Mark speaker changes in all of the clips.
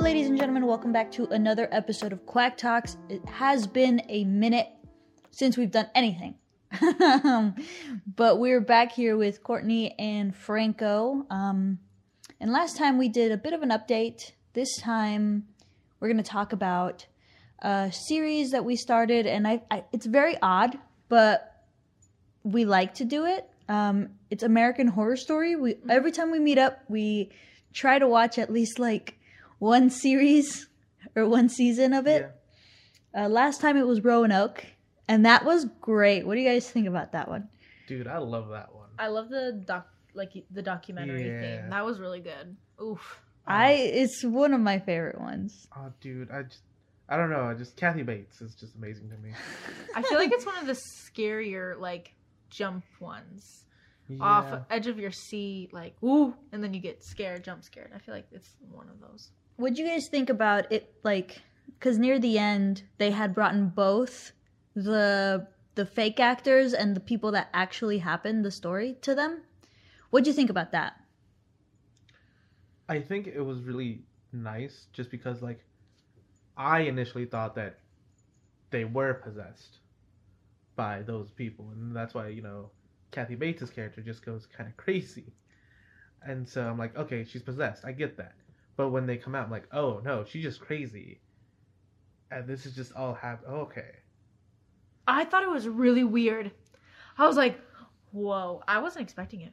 Speaker 1: ladies and gentlemen, welcome back to another episode of Quack Talks. It has been a minute since we've done anything. but we're back here with Courtney and Franco. Um, and last time we did a bit of an update. This time we're going to talk about a series that we started, and I, I it's very odd, but we like to do it. Um, it's American Horror Story. We every time we meet up, we try to watch at least like one series or one season of it. Uh, last time it was Roanoke, and that was great. What do you guys think about that one?
Speaker 2: Dude, I love that one.
Speaker 3: I love the doc, like the documentary
Speaker 2: Yeah.
Speaker 3: thing. That was really good. Oof.
Speaker 1: I it's one of my favorite ones.
Speaker 2: Oh, dude, I just, I don't know. I just Kathy Bates is just amazing to me.
Speaker 3: I feel like it's one of the scarier like jump ones. Off
Speaker 2: Yeah.
Speaker 3: edge of your seat, like ooh, and then you get scared, jump scared. I feel like it's one of those.
Speaker 1: What'd you guys think about it? Like, because near the end they had brought in both the the fake actors and the people that actually happened the story to them. What'd you think about that?
Speaker 2: I think it was really nice, just because like, I initially thought that they were possessed by those people, and that's why you know Kathy Bates' character just goes kind of crazy. And so I'm like, okay, she's possessed. I get that. But when they come out, I'm like, oh no, she's just crazy. And this is just all happened. Okay.
Speaker 3: I thought it was really weird. I was like, whoa. I wasn't expecting it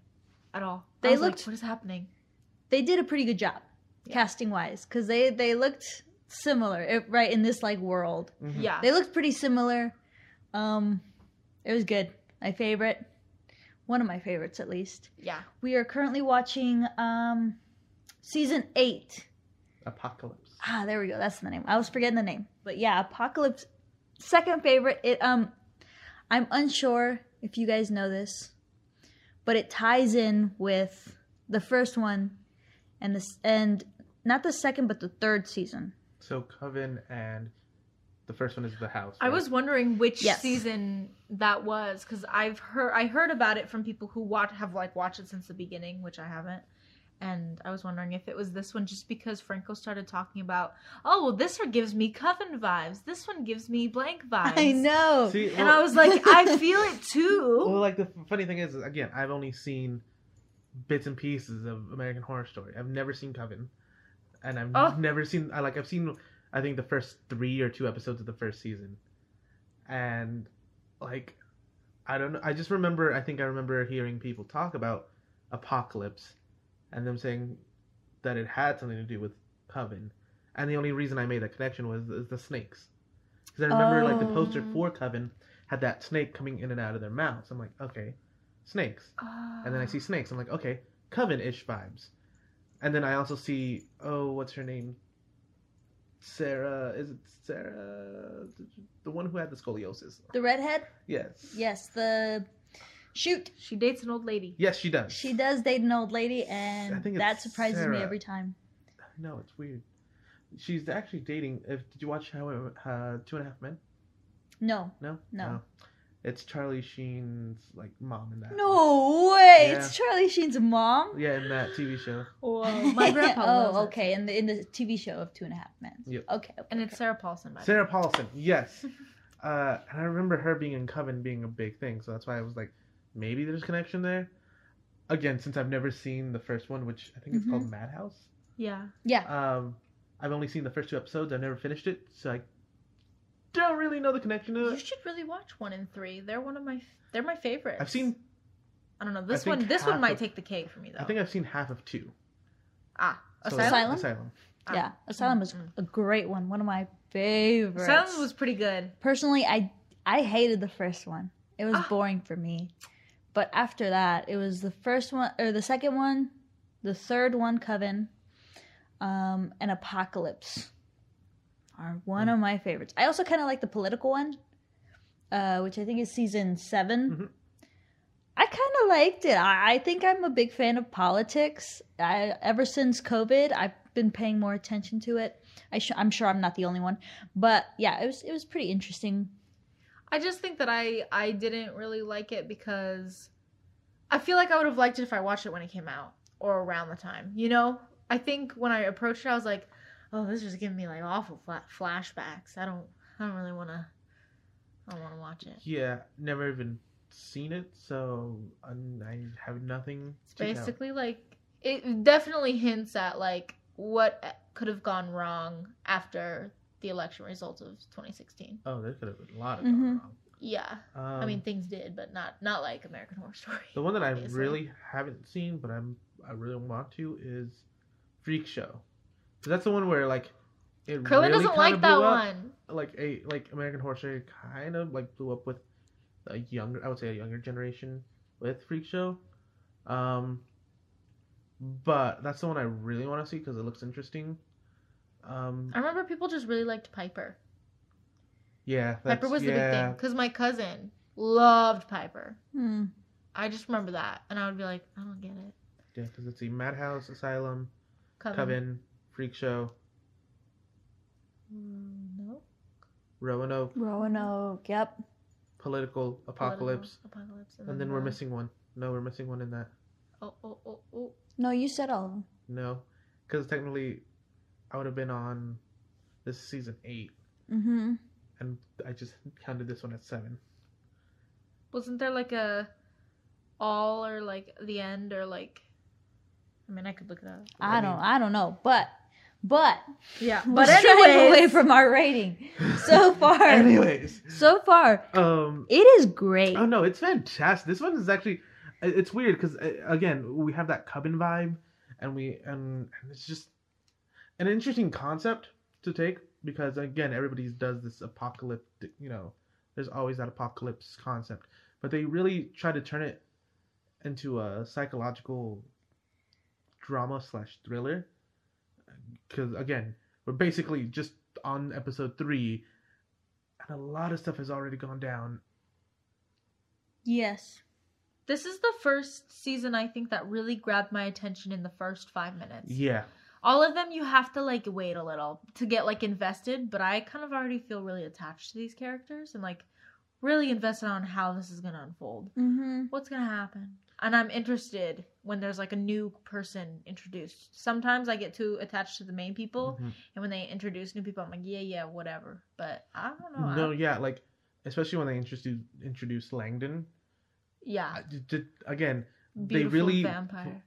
Speaker 3: at all. I
Speaker 1: They
Speaker 3: was like,
Speaker 1: looked-
Speaker 3: what is happening?
Speaker 1: They did a pretty good job
Speaker 3: Yeah.
Speaker 1: casting wise because they they looked similar eh, right in this like world.
Speaker 2: Mhm.
Speaker 3: Yeah.
Speaker 1: They looked pretty similar. Um, it was good. My favorite, one of my favorites at least.
Speaker 3: yeah.
Speaker 1: We are currently watching um, season eight.
Speaker 2: Apocalypse.
Speaker 1: Ah, there we go. That's the name. I was forgetting the name, but yeah, Apocalypse. Second favorite. It um, I'm unsure if you guys know this, but it ties in with the first one, and this and not the second, but the third season.
Speaker 2: So Coven and the first one is the house.
Speaker 3: I
Speaker 2: right?
Speaker 3: was wondering which
Speaker 1: Yes.
Speaker 3: season that was because I've heard I heard about it from people who watch have like watched it since the beginning, which I haven't. And I was wondering if it was this one just because Franco started talking about, oh, well, this one gives me Coven vibes. This one gives me blank vibes.
Speaker 1: I know.
Speaker 2: See,
Speaker 3: And
Speaker 2: well-
Speaker 3: I was like, I feel it too.
Speaker 2: Well, like the f- funny thing is, is, again, I've only seen bits and pieces of American Horror Story. I've never seen Coven, and I've
Speaker 3: Oh.
Speaker 2: never seen. I like I've seen, I think the first three or two episodes of the first season, and like, I don't know. I just remember. I think I remember hearing people talk about Apocalypse, and them saying that it had something to do with Coven, and the only reason I made that connection was is the snakes, because I remember like the poster
Speaker 3: Oh.
Speaker 2: for Coven had that snake coming in and out of their mouths. I'm like, okay, snakes. And then I see snakes. I'm like, okay, coven-ish vibes. And then I also see, oh, what's her name? Sarah. Is it Sarah? The one who had the scoliosis.
Speaker 1: The redhead?
Speaker 2: Yes.
Speaker 1: Yes, the shoot.
Speaker 3: she dates an old lady.
Speaker 2: Yes, she does.
Speaker 1: She does date an old lady
Speaker 2: I
Speaker 1: and
Speaker 2: think
Speaker 1: that
Speaker 2: it's
Speaker 1: surprises me
Speaker 2: Sarah.
Speaker 1: every time.
Speaker 2: No, it's weird. She's actually dating. If did you watch How uh, Two and a Half Men?
Speaker 1: No.
Speaker 2: No. Oh.
Speaker 1: No.
Speaker 2: It's Charlie Sheen's like mom in that.
Speaker 1: No way.
Speaker 2: Yeah.
Speaker 1: It's Charlie Sheen's mom.
Speaker 2: Yeah, in that TV show.
Speaker 3: Whoa, my grandpa.
Speaker 1: oh,
Speaker 3: loves it.
Speaker 1: okay. In the in the TV show of Two and a Half Men.
Speaker 2: Yep.
Speaker 1: Okay. okay.
Speaker 3: And it's Sarah Paulson. By the
Speaker 2: Sarah Paulson, yes. Uh, and I remember her being in Coven being a big thing, so that's why I was like, maybe there's connection there. Again, since I've never seen the first one, which I think it's
Speaker 3: Mm-hmm.
Speaker 2: called Madhouse.
Speaker 3: way. Yeah.
Speaker 1: yeah.
Speaker 2: Um, I've only seen the first two episodes. I've never finished it, so I don't really know the connection to
Speaker 3: You
Speaker 2: it.
Speaker 3: should really watch one and three. They're one of my they're my favorites.
Speaker 2: I've seen,
Speaker 3: I don't know. This
Speaker 2: think
Speaker 3: one this
Speaker 2: half
Speaker 3: one might
Speaker 2: of-
Speaker 3: take the cake for me though.
Speaker 2: I think I've seen half of two.
Speaker 3: ah,
Speaker 2: So,
Speaker 3: Asylum.
Speaker 1: Asylum?
Speaker 2: Asylum.
Speaker 3: Ah.
Speaker 1: yeah. Asylum was
Speaker 3: Mm-mm.
Speaker 1: a great one. One of my favorites.
Speaker 3: Asylum was pretty good.
Speaker 1: Personally, I I hated the first one. It was
Speaker 3: Ah.
Speaker 1: boring for me. But after that, it was the first one or the second one, the third one, Coven, um, and Apocalypse are one of my favorites. I also kind of like the political one, uh, which I think is season 7
Speaker 2: Mhm.
Speaker 1: I kind of liked it. I, I think I'm a big fan of politics. I, ever since COVID, I've been paying more attention to it. I sh- I'm sure I'm not the only one, but yeah, it was it was pretty interesting.
Speaker 3: I just think that I I didn't really like it because I feel like I would have liked it if I watched it when it came out or around the time. You know, I think when I approached it, I was like, oh, this is giving me like awful fla- flashbacks. I don't, I don't really want to. I don't want to watch it.
Speaker 2: Yeah, never even seen it, so I, I have nothing.
Speaker 3: It's
Speaker 2: to tell.
Speaker 3: basically like it definitely hints at like what could have gone wrong after the election results of 2016.
Speaker 2: Oh, there could have been a lot of
Speaker 1: Mhm.
Speaker 2: gone
Speaker 3: Yeah,
Speaker 2: wrong. Um,
Speaker 3: Mm-hmm. I mean things did, but not not like American Horror Story.
Speaker 2: the one that I
Speaker 3: obviously.
Speaker 2: really haven't seen, but I'm I really want to is Freak Show. 'Cause that's the one where like it
Speaker 3: Curly
Speaker 2: really
Speaker 3: doesn't
Speaker 2: kinda
Speaker 3: like that
Speaker 2: blew up.
Speaker 3: one.
Speaker 2: Like a like American Horror Story kind of like blew up with a younger I would say a younger generation with Freak Show. Um, but that's the one I really want to see because it looks interesting. Um,
Speaker 3: I remember people just really liked Piper.
Speaker 2: yeah,
Speaker 3: Piper
Speaker 2: that's-
Speaker 3: was the big
Speaker 2: yeah.
Speaker 3: thing because my cousin loved Piper.
Speaker 1: Hmm.
Speaker 3: I just remember that, and I would be like, I don't get it.
Speaker 2: Yeah, because it's the Madhouse, Asylum,
Speaker 3: Coven.
Speaker 2: Coven, Freak Show,
Speaker 3: Mm, no.
Speaker 2: Roanoke,
Speaker 1: Roanoke. Yep.
Speaker 2: Political,
Speaker 3: Political,
Speaker 2: Apocalypse,
Speaker 3: Apocalypse.
Speaker 2: and then we're missing one. No, we're missing one in that.
Speaker 3: Oh, oh, oh, oh.
Speaker 1: No, you said all of them.
Speaker 2: No, because technically, I would have been on this is season eight,
Speaker 1: Mm-hmm.
Speaker 2: and I just counted this one at seven.
Speaker 3: Wasn't there like a all or like the end or like? I mean, I could look it up.
Speaker 1: I,
Speaker 2: I
Speaker 1: don't.
Speaker 2: mean-
Speaker 1: I don't know. But, but.
Speaker 3: Yeah,
Speaker 1: we're straying away from our rating so far.
Speaker 2: Anyways,
Speaker 1: So far,
Speaker 2: um,
Speaker 1: it is great.
Speaker 2: oh no, it's fantastic. This one is actually, i- it's weird because again we have that Coven vibe, and we and, and it's just an interesting concept to take because again everybody does this apocalyptic, you know, there's always that apocalypse concept, but they really try to turn it into a psychological drama slash thriller because again we're basically just on episode three and a lot of stuff has already gone down
Speaker 1: Yes.
Speaker 3: This is the first season I think that really grabbed my attention in the first five minutes.
Speaker 2: yeah
Speaker 3: All of them you have to like wait a little to get like invested, but I kind of already feel really attached to these characters and like really invested on how this is gonna unfold.
Speaker 1: Mm-hmm.
Speaker 3: What's gonna happen? And I'm interested when there's like a new person introduced. Sometimes I get too attached to the main people,
Speaker 2: Mhm.
Speaker 3: and when they introduce new people, I'm like, yeah, yeah, whatever. But I don't know.
Speaker 2: No,
Speaker 3: Oh, I,
Speaker 2: yeah, like especially when they introduce introduce Langdon.
Speaker 3: yeah,
Speaker 2: I- d- d- again,
Speaker 3: beautiful
Speaker 2: really-
Speaker 3: vampire.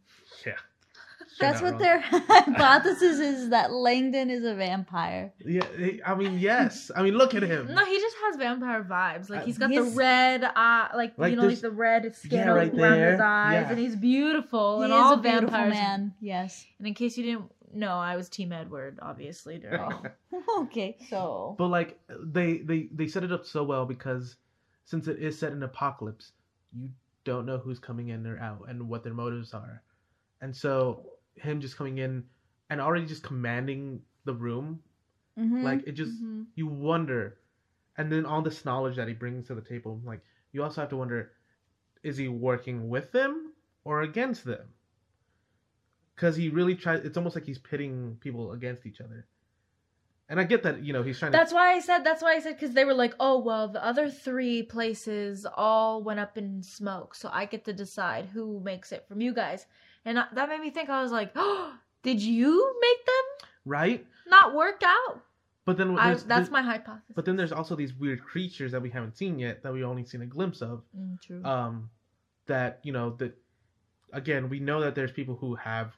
Speaker 2: yeah.
Speaker 1: That's
Speaker 2: You're
Speaker 1: what
Speaker 2: not
Speaker 1: their
Speaker 2: wrong.
Speaker 1: hypothesis is that Langdon is a vampire.
Speaker 2: Yeah, they- I mean, yes. I mean, look at him.
Speaker 3: No, he just has vampire vibes. Like
Speaker 2: Uh,
Speaker 3: he's got
Speaker 1: he's-
Speaker 3: the red eye, like,
Speaker 2: Like
Speaker 3: you know, like
Speaker 2: this-
Speaker 3: the red skin
Speaker 2: Yeah, right
Speaker 3: around his
Speaker 2: there.
Speaker 3: eyes,
Speaker 2: Yeah.
Speaker 3: and he's beautiful. and
Speaker 1: he is
Speaker 3: all
Speaker 1: a beautiful
Speaker 3: vampires.
Speaker 1: man. Yes.
Speaker 3: And in case you didn't know, I was Team Edward, obviously. During
Speaker 1: Oh. okay.
Speaker 3: So
Speaker 2: But like they they they set it up so well because since it is set in apocalypse, you don't know who's coming in or out and what their motives are, and so him just coming in and already just commanding the room,
Speaker 1: Mhm.
Speaker 2: like it just
Speaker 3: Mhm.
Speaker 2: you wonder and then all this knowledge that he brings to the table like you also have to wonder is he working with them or against them because he really tries it's almost like he's pitting people against each other and i get that you know he's trying
Speaker 3: that's why I said. That's why I said because they were like, oh well, the other three places all went up in smoke, so I get to decide who makes it from you guys. And I- that made me think. I was like, oh, did you make them
Speaker 2: to right
Speaker 3: not work out?
Speaker 2: but then
Speaker 3: I,
Speaker 2: there's-
Speaker 3: that's
Speaker 2: there's-
Speaker 3: my hypothesis.
Speaker 2: but then there's also these weird creatures that we haven't seen yet that we only seen a glimpse of
Speaker 3: Mm, true.
Speaker 2: um that you know that again we know that there's people who have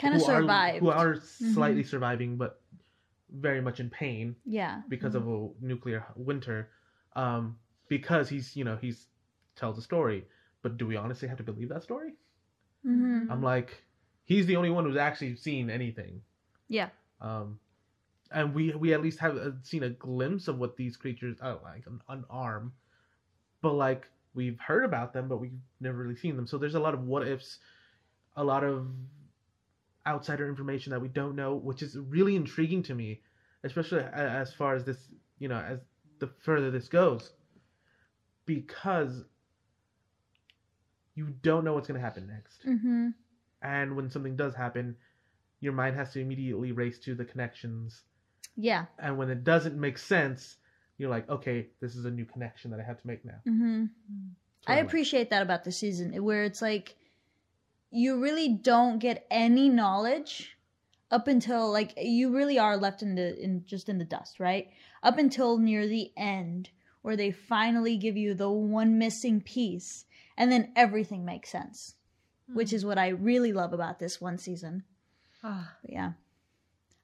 Speaker 1: kind of
Speaker 2: who are-
Speaker 1: survived.
Speaker 2: who are
Speaker 3: Mm-hmm.
Speaker 2: slightly surviving but very much in pain
Speaker 1: yeah.
Speaker 2: because of a nuclear winter um because he's you know he's tells a story but do we honestly have to believe that story
Speaker 1: hmm
Speaker 2: i'm like he's the only one who's actually seen anything
Speaker 1: Yeah.
Speaker 2: um and we we at least have uh, seen a glimpse of what these creatures are like an, an arm but like we've heard about them but we've never really seen them so there's a lot of what ifs a lot of outsider information that we don't know which is really intriguing to me especially a- as far as this you know as the further this goes because you don't know what's going to happen next
Speaker 1: hmm
Speaker 2: and when something does happen your mind has to immediately race to the connections
Speaker 1: Yeah.
Speaker 2: and when it doesn't make sense you're like okay this is a new connection that i have to make now
Speaker 1: hmm
Speaker 3: Mm-hmm.
Speaker 2: So,
Speaker 1: I
Speaker 2: like,
Speaker 1: appreciate that about the season, where it's like you really don't get any knowledge up until like you really are left in the in just in the dust, right? Up until near the end where they finally give you the one missing piece and then everything makes sense, which
Speaker 3: Hmm.
Speaker 1: is what I really love about this one season.
Speaker 3: Ah,
Speaker 1: But yeah.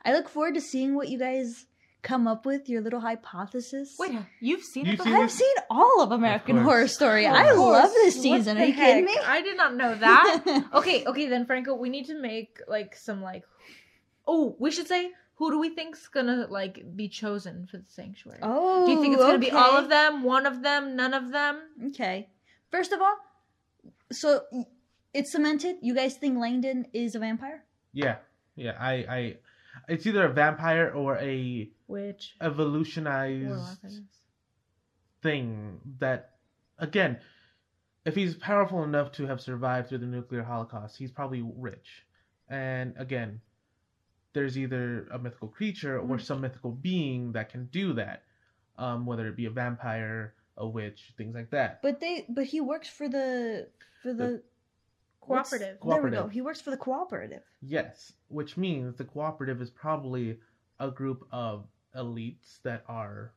Speaker 1: I look forward to seeing what you guys come up with, your little hypothesis.
Speaker 3: wait, you've seen
Speaker 2: You've
Speaker 3: it?
Speaker 2: seen
Speaker 3: before?
Speaker 1: I've seen all of American
Speaker 2: course.
Speaker 1: Horror Story. I love
Speaker 2: Of
Speaker 3: course.
Speaker 1: this
Speaker 3: What
Speaker 1: season.
Speaker 3: the
Speaker 1: Are you kidding
Speaker 3: heck?
Speaker 1: me?
Speaker 3: I did not know that. okay, okay then, Franco. We need to make like some like. Oh, we should say who do we think's gonna like be chosen for the sanctuary?
Speaker 1: oh,
Speaker 3: do you think it's gonna be all
Speaker 1: okay.
Speaker 3: of them, one of them, none of them?
Speaker 1: Okay. First of all, so it's cemented. You guys think Langdon is a vampire?
Speaker 2: Yeah, yeah. I, I, it's either a vampire or a
Speaker 3: Which
Speaker 2: evolutionized thing that, again, if he's powerful enough to have survived through the nuclear holocaust, he's probably rich. And again, there's either a mythical creature or
Speaker 3: Mm.
Speaker 2: some mythical being that can do that, um, whether it be a vampire, a witch, things like that.
Speaker 1: But they, but he works for the for the,
Speaker 2: The-
Speaker 1: what's-
Speaker 3: Cooperative.
Speaker 1: There we go.
Speaker 2: Cooperative.
Speaker 1: He works for the cooperative.
Speaker 2: Yes, which means the cooperative is probably a group of elites that are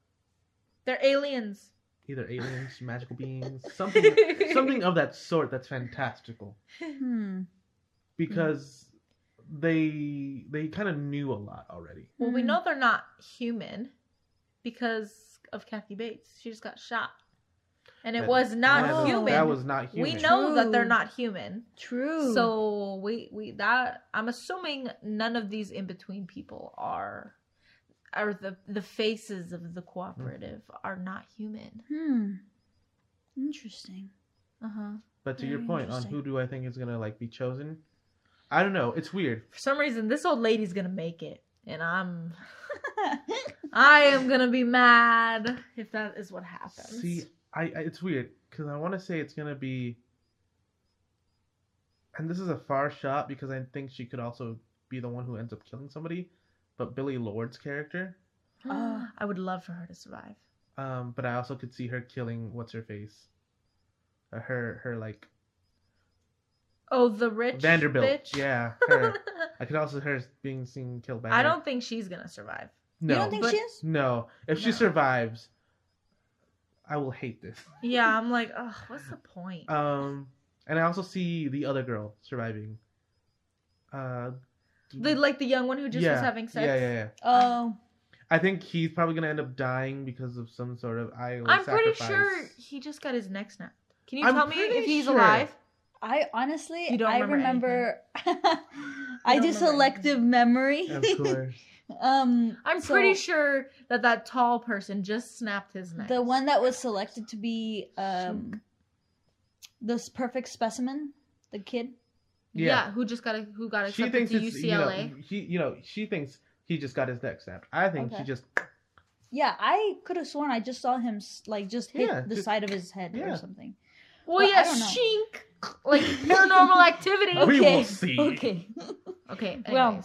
Speaker 3: They're aliens.
Speaker 2: either aliens, magical beings, something something of that sort that's fantastical
Speaker 1: Hmm.
Speaker 2: because they they kind of knew a lot already.
Speaker 3: Well, we
Speaker 1: Hmm.
Speaker 3: know they're not human because of Kathy Bates. She just got shot, and it
Speaker 2: That-
Speaker 3: was not
Speaker 2: that was-
Speaker 3: human.
Speaker 2: That was not
Speaker 3: we
Speaker 2: human.
Speaker 3: know that they're
Speaker 1: True.
Speaker 3: not human.
Speaker 1: True.
Speaker 3: So we we that I'm assuming none of these in between people are are the the faces of the cooperative are not human.
Speaker 1: hmm. Interesting.
Speaker 3: Uh-huh.
Speaker 2: But to your
Speaker 1: Very
Speaker 2: point on
Speaker 1: interesting.
Speaker 2: who do I think is gonna like be chosen, I don't know. It's weird.
Speaker 3: For some reason this old lady's going to make it and I'm I am going to be mad if that is what happens.
Speaker 2: See, I, I it's weird because I want to say it's gonna be, and this is a far shot because I think she could also be the one who ends up killing somebody, but Billy Lord's character.
Speaker 1: Ah.
Speaker 3: I would love for her to survive.
Speaker 2: Um, but I also could see her killing what's her face, Uh, her her like
Speaker 3: Oh, the rich
Speaker 2: Vanderbilt.
Speaker 3: bitch.
Speaker 2: Yeah, her. I could also her being seen killed by.
Speaker 3: I
Speaker 2: her.
Speaker 3: don't think she's going to survive.
Speaker 2: No,
Speaker 1: you don't think
Speaker 3: but-
Speaker 1: she is?
Speaker 2: no. If she
Speaker 3: No.
Speaker 2: survives, I will hate this.
Speaker 3: Yeah, I'm like, "Ugh, what's the point?"
Speaker 2: Um, and I also see the other girl surviving. Uh,
Speaker 3: the like the young one who just was having sex.
Speaker 2: Yeah, yeah, yeah.
Speaker 1: Oh,
Speaker 2: I think he's probably gonna end up dying because of some sort of Iowa
Speaker 3: I'm
Speaker 2: sacrifice.
Speaker 3: pretty sure he just got his neck snapped. Can you
Speaker 2: I'm
Speaker 3: tell me
Speaker 2: pretty
Speaker 3: if he's
Speaker 2: sure.
Speaker 3: alive?
Speaker 1: I honestly,
Speaker 3: You don't
Speaker 1: I remember.
Speaker 3: remember
Speaker 1: I
Speaker 3: You don't
Speaker 1: do
Speaker 3: remember
Speaker 1: selective memory.
Speaker 2: Of course.
Speaker 1: um,
Speaker 3: I'm
Speaker 1: so-
Speaker 3: pretty sure that that tall person just snapped his neck.
Speaker 1: The one that was selected to be um this perfect specimen, the kid.
Speaker 3: yeah.
Speaker 2: Yeah.
Speaker 3: who just got a, who got
Speaker 2: she
Speaker 3: accepted
Speaker 2: thinks
Speaker 3: to
Speaker 2: it's you know
Speaker 3: UCLA.
Speaker 2: he you know she thinks he just got his neck snapped. I think
Speaker 1: Okay.
Speaker 2: she just
Speaker 1: Yeah, I could have sworn I just saw him s- like just hit
Speaker 2: Yeah,
Speaker 1: the
Speaker 2: just-
Speaker 1: side of his head
Speaker 2: yeah.
Speaker 1: or something.
Speaker 3: well,
Speaker 1: well, I
Speaker 3: yeah,
Speaker 1: don't know.
Speaker 3: shink like paranormal activity.
Speaker 2: We
Speaker 1: Okay.
Speaker 2: will see.
Speaker 1: Okay.
Speaker 3: Okay, anyways.
Speaker 1: Well-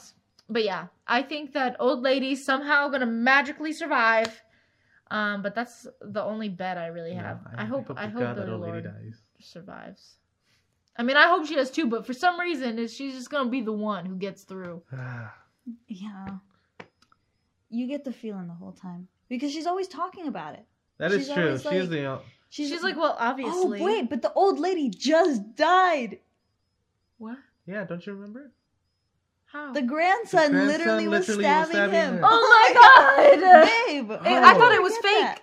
Speaker 3: but yeah, I think that old lady's somehow gonna magically survive. Um, but that's the only bet I really
Speaker 2: No,
Speaker 3: have. I, hope I
Speaker 2: to
Speaker 3: hope,
Speaker 2: God
Speaker 3: Billy
Speaker 2: that old lady
Speaker 3: Lord
Speaker 2: dies.
Speaker 3: survives. I mean, I hope she does too, but for some reason, is she's just gonna be the one who gets through.
Speaker 1: yeah. You get the feeling the whole time because she's always talking about it.
Speaker 2: that is
Speaker 1: She's
Speaker 2: true.
Speaker 1: always
Speaker 2: She's
Speaker 1: like-
Speaker 2: the o-
Speaker 1: She's,
Speaker 3: She's like, well,
Speaker 1: oh
Speaker 3: obviously.
Speaker 1: wait, but the old lady just died.
Speaker 3: What?
Speaker 2: yeah. Don't you remember?
Speaker 3: How?
Speaker 1: The grandson,
Speaker 2: grandson
Speaker 1: literally, was
Speaker 2: literally was
Speaker 1: stabbing,
Speaker 2: stabbing
Speaker 1: him.
Speaker 2: her.
Speaker 3: Oh my God!
Speaker 1: Babe,
Speaker 2: I-
Speaker 1: how
Speaker 2: I
Speaker 1: did
Speaker 2: thought
Speaker 1: you
Speaker 3: it was
Speaker 1: get
Speaker 3: fake.
Speaker 1: that?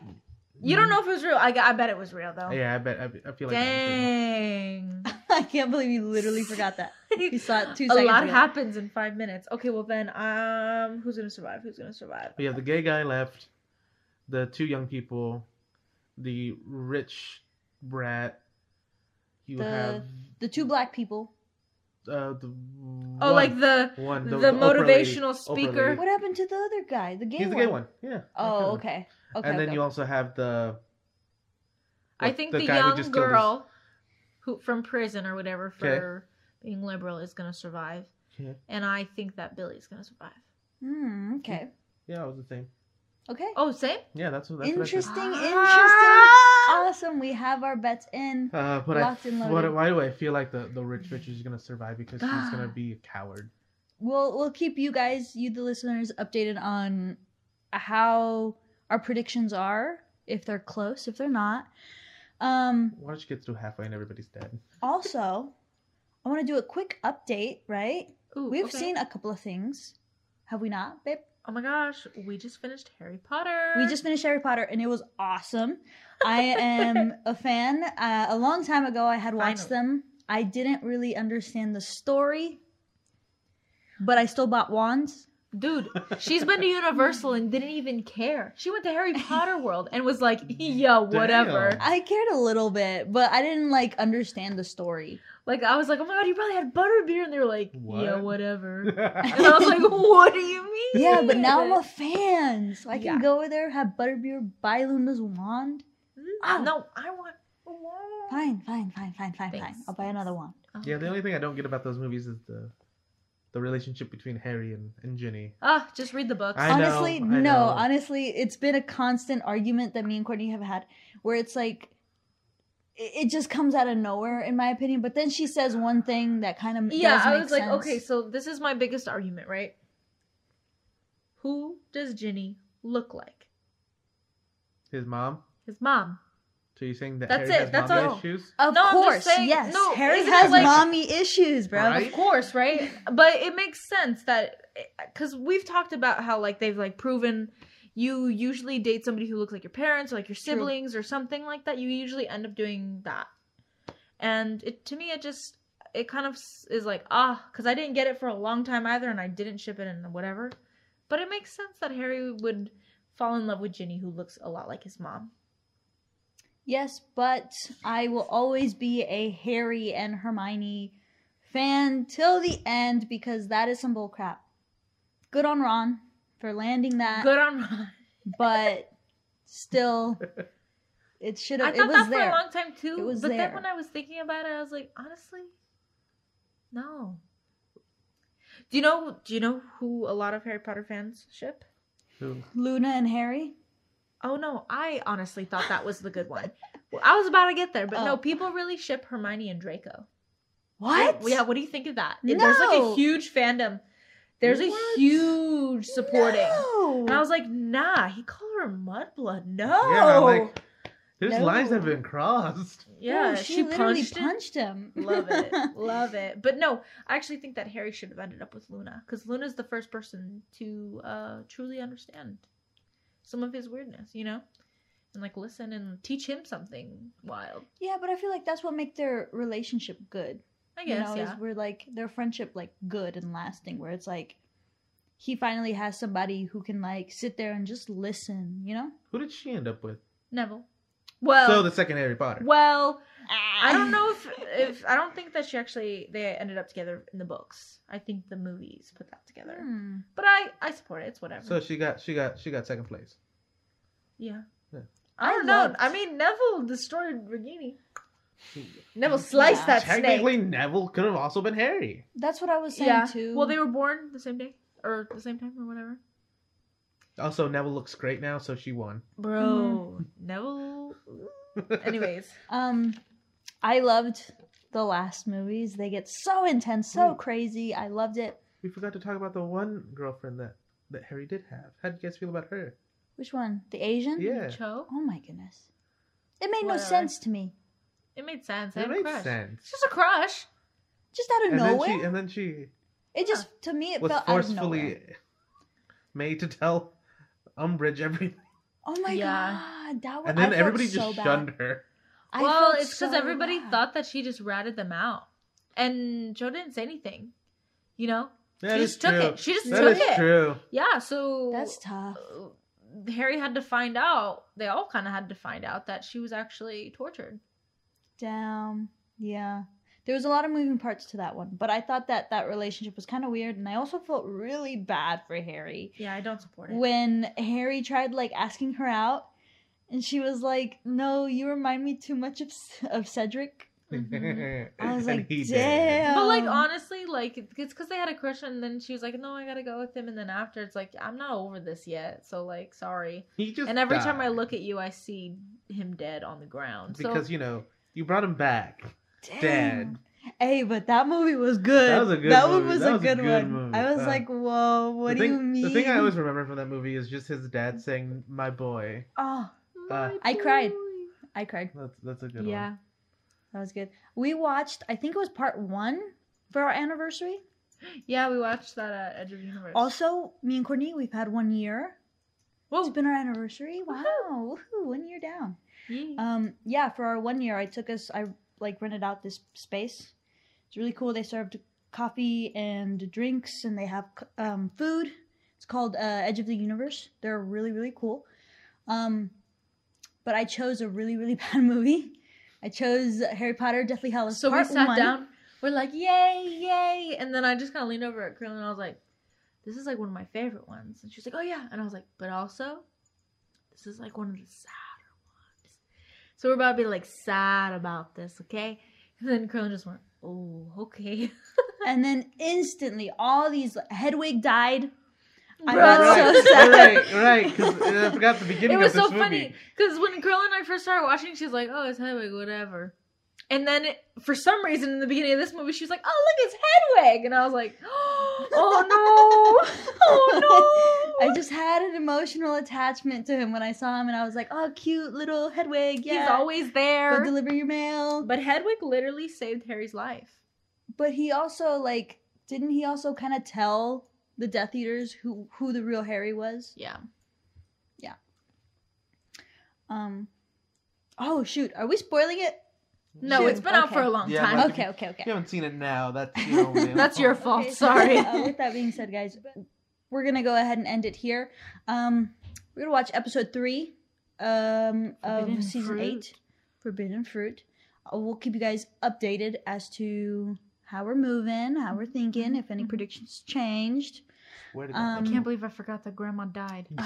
Speaker 3: you don't know if it was real. I, I bet it was real though.
Speaker 2: Yeah, I bet. I, I feel like. that
Speaker 3: Dang.
Speaker 1: I can't believe you literally forgot that. You saw it two
Speaker 3: A
Speaker 1: seconds
Speaker 3: lot
Speaker 1: ago.
Speaker 3: happens in five minutes. Okay, well then, um, who's gonna survive? Who's gonna survive?
Speaker 2: But yeah, the gay guy left. The two young people, the rich brat. You
Speaker 1: The-
Speaker 2: have
Speaker 1: The two black people.
Speaker 2: uh, the
Speaker 3: Oh, like the
Speaker 2: one
Speaker 3: the,
Speaker 2: Oprah lady.
Speaker 3: motivational
Speaker 2: Oprah
Speaker 3: speaker.
Speaker 2: lady.
Speaker 1: What happened to the other guy? The gay
Speaker 2: He's
Speaker 1: one.
Speaker 2: the gay one. Yeah.
Speaker 1: Oh, okay. Okay.
Speaker 2: and then
Speaker 1: okay.
Speaker 2: you also have the.
Speaker 3: I
Speaker 2: like,
Speaker 3: think the,
Speaker 2: guy who
Speaker 3: young
Speaker 2: just killed his-
Speaker 3: girl who from prison or whatever for being liberal is gonna survive,
Speaker 2: Yeah.
Speaker 3: and I think that Billy's gonna survive.
Speaker 1: Hmm, okay.
Speaker 2: Yeah, it was the same.
Speaker 1: Okay.
Speaker 3: Oh, same.
Speaker 2: Yeah, that's what. That's what I said.
Speaker 1: interesting, interesting.
Speaker 3: Ah!
Speaker 1: Awesome. We have our bets in.
Speaker 2: Uh, but I,
Speaker 1: Locked and
Speaker 2: what,
Speaker 1: loaded.
Speaker 2: why do I feel like the, the rich bitch is gonna survive because she's gonna
Speaker 3: God.
Speaker 2: be a coward?
Speaker 1: we'll we'll keep you guys, you the listeners, updated on how our predictions are, if they're close, if they're not. Um,
Speaker 2: Why don't you get through halfway and everybody's dead?
Speaker 1: also, I want to do a quick update. Right,
Speaker 3: Ooh,
Speaker 1: we've
Speaker 3: okay.
Speaker 1: seen a couple of things, have we not, babe?
Speaker 3: Oh my gosh, we just finished Harry Potter.
Speaker 1: We just finished Harry Potter, and it was awesome. I am a fan. Uh, a long time ago, I had watched
Speaker 3: Finally.
Speaker 1: them. I didn't really understand the story, but I still bought wands.
Speaker 3: dude. She's been to Universal and didn't even care. She went to Harry Potter World and was like, yeah, whatever.
Speaker 2: Damn.
Speaker 1: I cared a little bit, but I didn't like understand the story.
Speaker 3: Like I was like, oh my god, you probably had butterbeer, and they were like, yeah,
Speaker 2: What?
Speaker 3: whatever. and I was like, what do you mean?
Speaker 1: Yeah, but now I'm a fan, so I can
Speaker 3: Yeah.
Speaker 1: go over there have butterbeer, buy Luna's wand. Oh.
Speaker 3: Mm, no, I want. What?
Speaker 1: Fine, fine, fine, fine, fine, fine.
Speaker 3: Thanks,
Speaker 1: I'll buy another wand.
Speaker 2: yeah, the only thing I don't get about those movies is the the relationship between Harry and, and Ginny.
Speaker 3: Ah, just read the books.
Speaker 2: I know,
Speaker 1: honestly,
Speaker 2: I
Speaker 1: no.
Speaker 2: know.
Speaker 1: Honestly, it's been a constant argument that me and Courtney have had where it's like it it just comes out of nowhere in my opinion but then she says one thing that kind of
Speaker 3: yeah,
Speaker 1: does
Speaker 3: I
Speaker 1: make
Speaker 3: was like,
Speaker 1: sense.
Speaker 3: okay, so this is my biggest argument, right? Who does Ginny look like?
Speaker 2: His mom.
Speaker 3: His mom.
Speaker 2: So you're saying that
Speaker 3: That's
Speaker 2: Harry
Speaker 3: it, that's
Speaker 2: has mommy
Speaker 3: all.
Speaker 2: issues?
Speaker 1: of
Speaker 3: No, I'm just
Speaker 1: course
Speaker 3: saying-
Speaker 1: yes
Speaker 3: no,
Speaker 1: harry
Speaker 3: isn't it
Speaker 1: has
Speaker 3: like-
Speaker 1: mommy issues bro
Speaker 2: Right?
Speaker 3: Of course, right? but it makes sense that because we've talked about how like they've like proven you usually date somebody who looks like your parents or like your
Speaker 1: True.
Speaker 3: siblings or something like that. You usually end up doing that, and it to me it just it kind of s- is like ah because I didn't get it for a long time either, and I didn't ship it and whatever. But it makes sense that Harry would fall in love with Ginny, who looks a lot like his mom.
Speaker 1: yes but i will always be a harry and hermione fan till the end because that is some bull crap good on ron for landing that
Speaker 3: Good on Ron.
Speaker 1: but still it should
Speaker 3: I
Speaker 1: have
Speaker 3: thought
Speaker 1: it was
Speaker 3: that
Speaker 1: there
Speaker 3: for a long time too.
Speaker 1: It was
Speaker 3: but
Speaker 1: there.
Speaker 3: then when I was thinking about it, I was like, honestly, no. Do you know? Do you know who a lot of Harry Potter fans ship?
Speaker 2: Who?
Speaker 1: luna and harry
Speaker 3: Oh no, I honestly thought that was the good one. Well, I was about to get there, but
Speaker 1: Oh.
Speaker 3: no, people really ship Hermione and Draco.
Speaker 1: what
Speaker 3: Yeah, what do you think of that? There's like a
Speaker 1: No.
Speaker 3: huge fandom. There's
Speaker 2: What?
Speaker 3: a huge supporting.
Speaker 1: No.
Speaker 3: And I was like, nah, he called her mudblood. No.
Speaker 2: Yeah, like there's
Speaker 1: No.
Speaker 2: lines that have been crossed.
Speaker 3: Yeah,
Speaker 1: No,
Speaker 3: she,
Speaker 1: she, literally
Speaker 3: punched,
Speaker 1: punched,
Speaker 3: him.
Speaker 1: him,
Speaker 3: Love it. Love it. But no, I actually think that Harry should have ended up with Luna because Luna's the first person to uh, truly understand some of his weirdness, you know? And like listen and teach him something wild.
Speaker 1: yeah but i feel like that's what make their relationship good
Speaker 3: I
Speaker 1: you
Speaker 3: guess,
Speaker 1: know
Speaker 3: yeah.
Speaker 1: is where like their friendship like good and lasting where it's like he finally has somebody who can like sit there and just listen you know
Speaker 2: Who did she end up with?
Speaker 3: Neville. Well,
Speaker 2: so the second Harry Potter.
Speaker 3: well, I don't know if if I don't think that she actually they ended up together in the books. I think the movies put that together.
Speaker 1: Hmm.
Speaker 3: But I I support it. It's whatever.
Speaker 2: So she got she got she got second place.
Speaker 3: yeah.
Speaker 2: Yeah.
Speaker 3: I
Speaker 1: I
Speaker 3: don't know.
Speaker 1: loved-
Speaker 3: I mean, Neville destroyed Regini.
Speaker 2: She-
Speaker 3: Neville
Speaker 1: Yeah.
Speaker 3: sliced that snake.
Speaker 2: Technically, Neville could have also been Harry.
Speaker 1: that's what i was saying too
Speaker 3: Well, they were born the same day or the same time or whatever.
Speaker 2: Also, Neville looks great now, so she won.
Speaker 3: Bro, Neville. Anyways,
Speaker 1: Um, I loved the last movies. They get so intense, so
Speaker 2: Mm.
Speaker 1: crazy. I loved it.
Speaker 2: we forgot to talk about the one girlfriend that that Harry did have. How did you guys feel about her?
Speaker 1: Which one? The
Speaker 3: Mm-hmm.
Speaker 1: Asian?
Speaker 2: Yeah,
Speaker 3: Cho.
Speaker 1: Oh my goodness. It made no
Speaker 3: Whatever.
Speaker 1: sense to me.
Speaker 3: It made sense. I
Speaker 2: it
Speaker 3: had a
Speaker 2: made
Speaker 3: crush. It's
Speaker 2: sense.
Speaker 3: just a crush.
Speaker 1: Just out of
Speaker 2: And then
Speaker 1: nowhere.
Speaker 2: she and then she
Speaker 1: it just to me it
Speaker 2: was
Speaker 1: felt out of nowhere.
Speaker 2: forcefully made to tell Umbridge everything,
Speaker 1: Oh my
Speaker 3: Yeah.
Speaker 1: god, that was
Speaker 2: and then
Speaker 1: I
Speaker 2: everybody
Speaker 1: felt so
Speaker 2: just
Speaker 1: bad.
Speaker 2: shunned her.
Speaker 1: I
Speaker 3: well,
Speaker 1: felt
Speaker 3: it's because
Speaker 1: so
Speaker 3: everybody
Speaker 1: bad.
Speaker 3: thought that she just ratted them out, and Cho didn't say anything. You know,
Speaker 2: That
Speaker 3: she
Speaker 2: is
Speaker 3: just took
Speaker 2: true.
Speaker 3: it. She just
Speaker 2: That
Speaker 3: took
Speaker 2: is
Speaker 3: it.
Speaker 2: true.
Speaker 3: Yeah. So
Speaker 1: that's tough.
Speaker 3: uh, Harry had to find out. They all kind of had to find out that she was actually tortured.
Speaker 1: Damn. Yeah. There was a lot of moving parts to that one, but I thought that that relationship was kind of weird, and I also felt really bad for Harry.
Speaker 3: Yeah, I don't support it.
Speaker 1: when Harry tried like asking her out, and she was like, "No, you remind me too much of of Cedric."
Speaker 3: Mhm.
Speaker 1: I was
Speaker 2: And
Speaker 1: like,
Speaker 2: he did.
Speaker 1: "Damn!"
Speaker 3: But like honestly, like it's because they had a crush, and then she was like, "No, I gotta go with him." And then after, it's like I'm not over this yet. So like, sorry.
Speaker 2: He just
Speaker 3: And every time I
Speaker 2: died.
Speaker 3: look at you, I see him dead on the ground.
Speaker 2: because
Speaker 3: so
Speaker 2: you know you brought him back
Speaker 1: Damn.
Speaker 2: dead.
Speaker 1: Hey, but that movie was good.
Speaker 2: That was a good
Speaker 1: That one
Speaker 2: movie.
Speaker 1: was
Speaker 2: That
Speaker 1: a
Speaker 2: was a
Speaker 1: good
Speaker 2: good
Speaker 1: one.
Speaker 2: movie.
Speaker 1: I was
Speaker 2: Uh,
Speaker 1: like, whoa, what
Speaker 2: the
Speaker 1: do
Speaker 2: thing,
Speaker 1: you mean?
Speaker 2: The thing I always remember from that movie is just his dad saying, "My boy."
Speaker 1: oh,
Speaker 2: Uh,
Speaker 1: I cried. I cried.
Speaker 2: That's that's a good
Speaker 3: Yeah.
Speaker 2: one.
Speaker 1: That was good. We watched, I think it was part one for our anniversary.
Speaker 3: Yeah, we watched that at Edge of Universe.
Speaker 1: Also, me and Courtney, we've had one year. It's
Speaker 3: Whoa.
Speaker 1: been our anniversary. Wow, Oh. woohoo, one year down.
Speaker 3: Yee.
Speaker 1: Um, yeah, for our one year, I took us. I like rented out this space. It's really cool. They served coffee and drinks, and they have c- um, food. It's called uh, Edge of the Universe. They're really really cool. Um, but I chose a really really bad movie. I chose Harry Potter: Deathly Hallows.
Speaker 3: so we
Speaker 1: Part
Speaker 3: sat
Speaker 1: One.
Speaker 3: down. We're like, yay, yay. And then I just kind of leaned over at Krillin and I was like, this is like one of my favorite ones. And she was like, oh, yeah. And I was like, but also, this is like one of the sadder ones. So we're about to be like sad about this, okay? And then Krillin just went, oh, okay.
Speaker 1: and then instantly, all these Hedwig died. I
Speaker 3: Bro.
Speaker 1: got so
Speaker 2: right,
Speaker 1: sad.
Speaker 2: Right, right. Because I forgot the beginning
Speaker 3: It was
Speaker 2: of this
Speaker 3: so
Speaker 2: movie.
Speaker 3: funny because when Girl and I first started watching, she's like, "Oh, it's Hedwig, whatever." And then it, for some reason, in the beginning of this movie, she's like, "Oh, look, it's Hedwig," and I was like, "Oh no, oh no!"
Speaker 1: I just had an emotional attachment to him when I saw him, and I was like, "Oh, cute little Hedwig! Yeah,
Speaker 3: He's always there.
Speaker 1: go deliver your mail."
Speaker 3: but Hedwig literally saved Harry's life.
Speaker 1: But he also like didn't he also kind of tell the Death Eaters who who the real Harry was?
Speaker 3: Yeah.
Speaker 1: Um. Oh shoot, are we spoiling it?
Speaker 3: No,
Speaker 1: Shoot,
Speaker 3: it's been out for
Speaker 1: okay.
Speaker 3: a long
Speaker 2: Yeah,
Speaker 3: time.
Speaker 2: but-
Speaker 1: Okay, okay, okay.
Speaker 2: If you haven't seen it now, that's you know, man,
Speaker 3: That's your fault.
Speaker 2: fault.
Speaker 1: Okay, so,
Speaker 3: Sorry.
Speaker 1: uh, with that being said, guys, we're gonna go ahead and end it here. Um, we're gonna watch episode three um, of
Speaker 3: Forbidden
Speaker 1: season
Speaker 3: Fruit.
Speaker 1: eight, Forbidden Fruit. Uh, we'll keep you guys updated as to how we're moving, how we're thinking, if any
Speaker 3: Mhm.
Speaker 1: predictions changed.
Speaker 2: Where did
Speaker 1: Um,
Speaker 3: I
Speaker 2: that
Speaker 3: can't believe I forgot that Grandma died.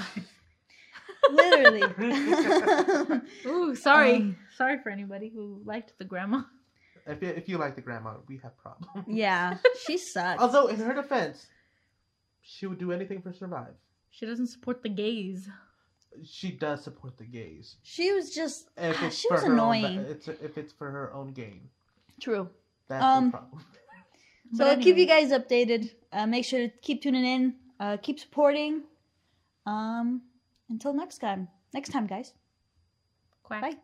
Speaker 1: Literally.
Speaker 3: Ooh, sorry,
Speaker 1: Um,
Speaker 3: sorry for anybody who liked the grandma.
Speaker 2: if, you, if you like the grandma, we have problems.
Speaker 1: yeah, she sucks.
Speaker 2: Although, in her defense, she would do anything for survive.
Speaker 3: She doesn't support the gays.
Speaker 2: She does support the gays.
Speaker 1: she was just
Speaker 2: If
Speaker 1: ah,
Speaker 2: it's
Speaker 1: she
Speaker 2: for
Speaker 1: was
Speaker 2: her own ba-
Speaker 1: annoying.
Speaker 2: it's, if it's for her own gain,
Speaker 1: True.
Speaker 2: that's
Speaker 1: Um,
Speaker 2: the problem.
Speaker 1: So
Speaker 3: But
Speaker 1: I'll keep you
Speaker 3: anyway.
Speaker 1: guys updated. Uh, make sure to keep tuning in. Uh, keep supporting. Um, until next time. Next time, guys.
Speaker 3: Quack.
Speaker 1: Bye.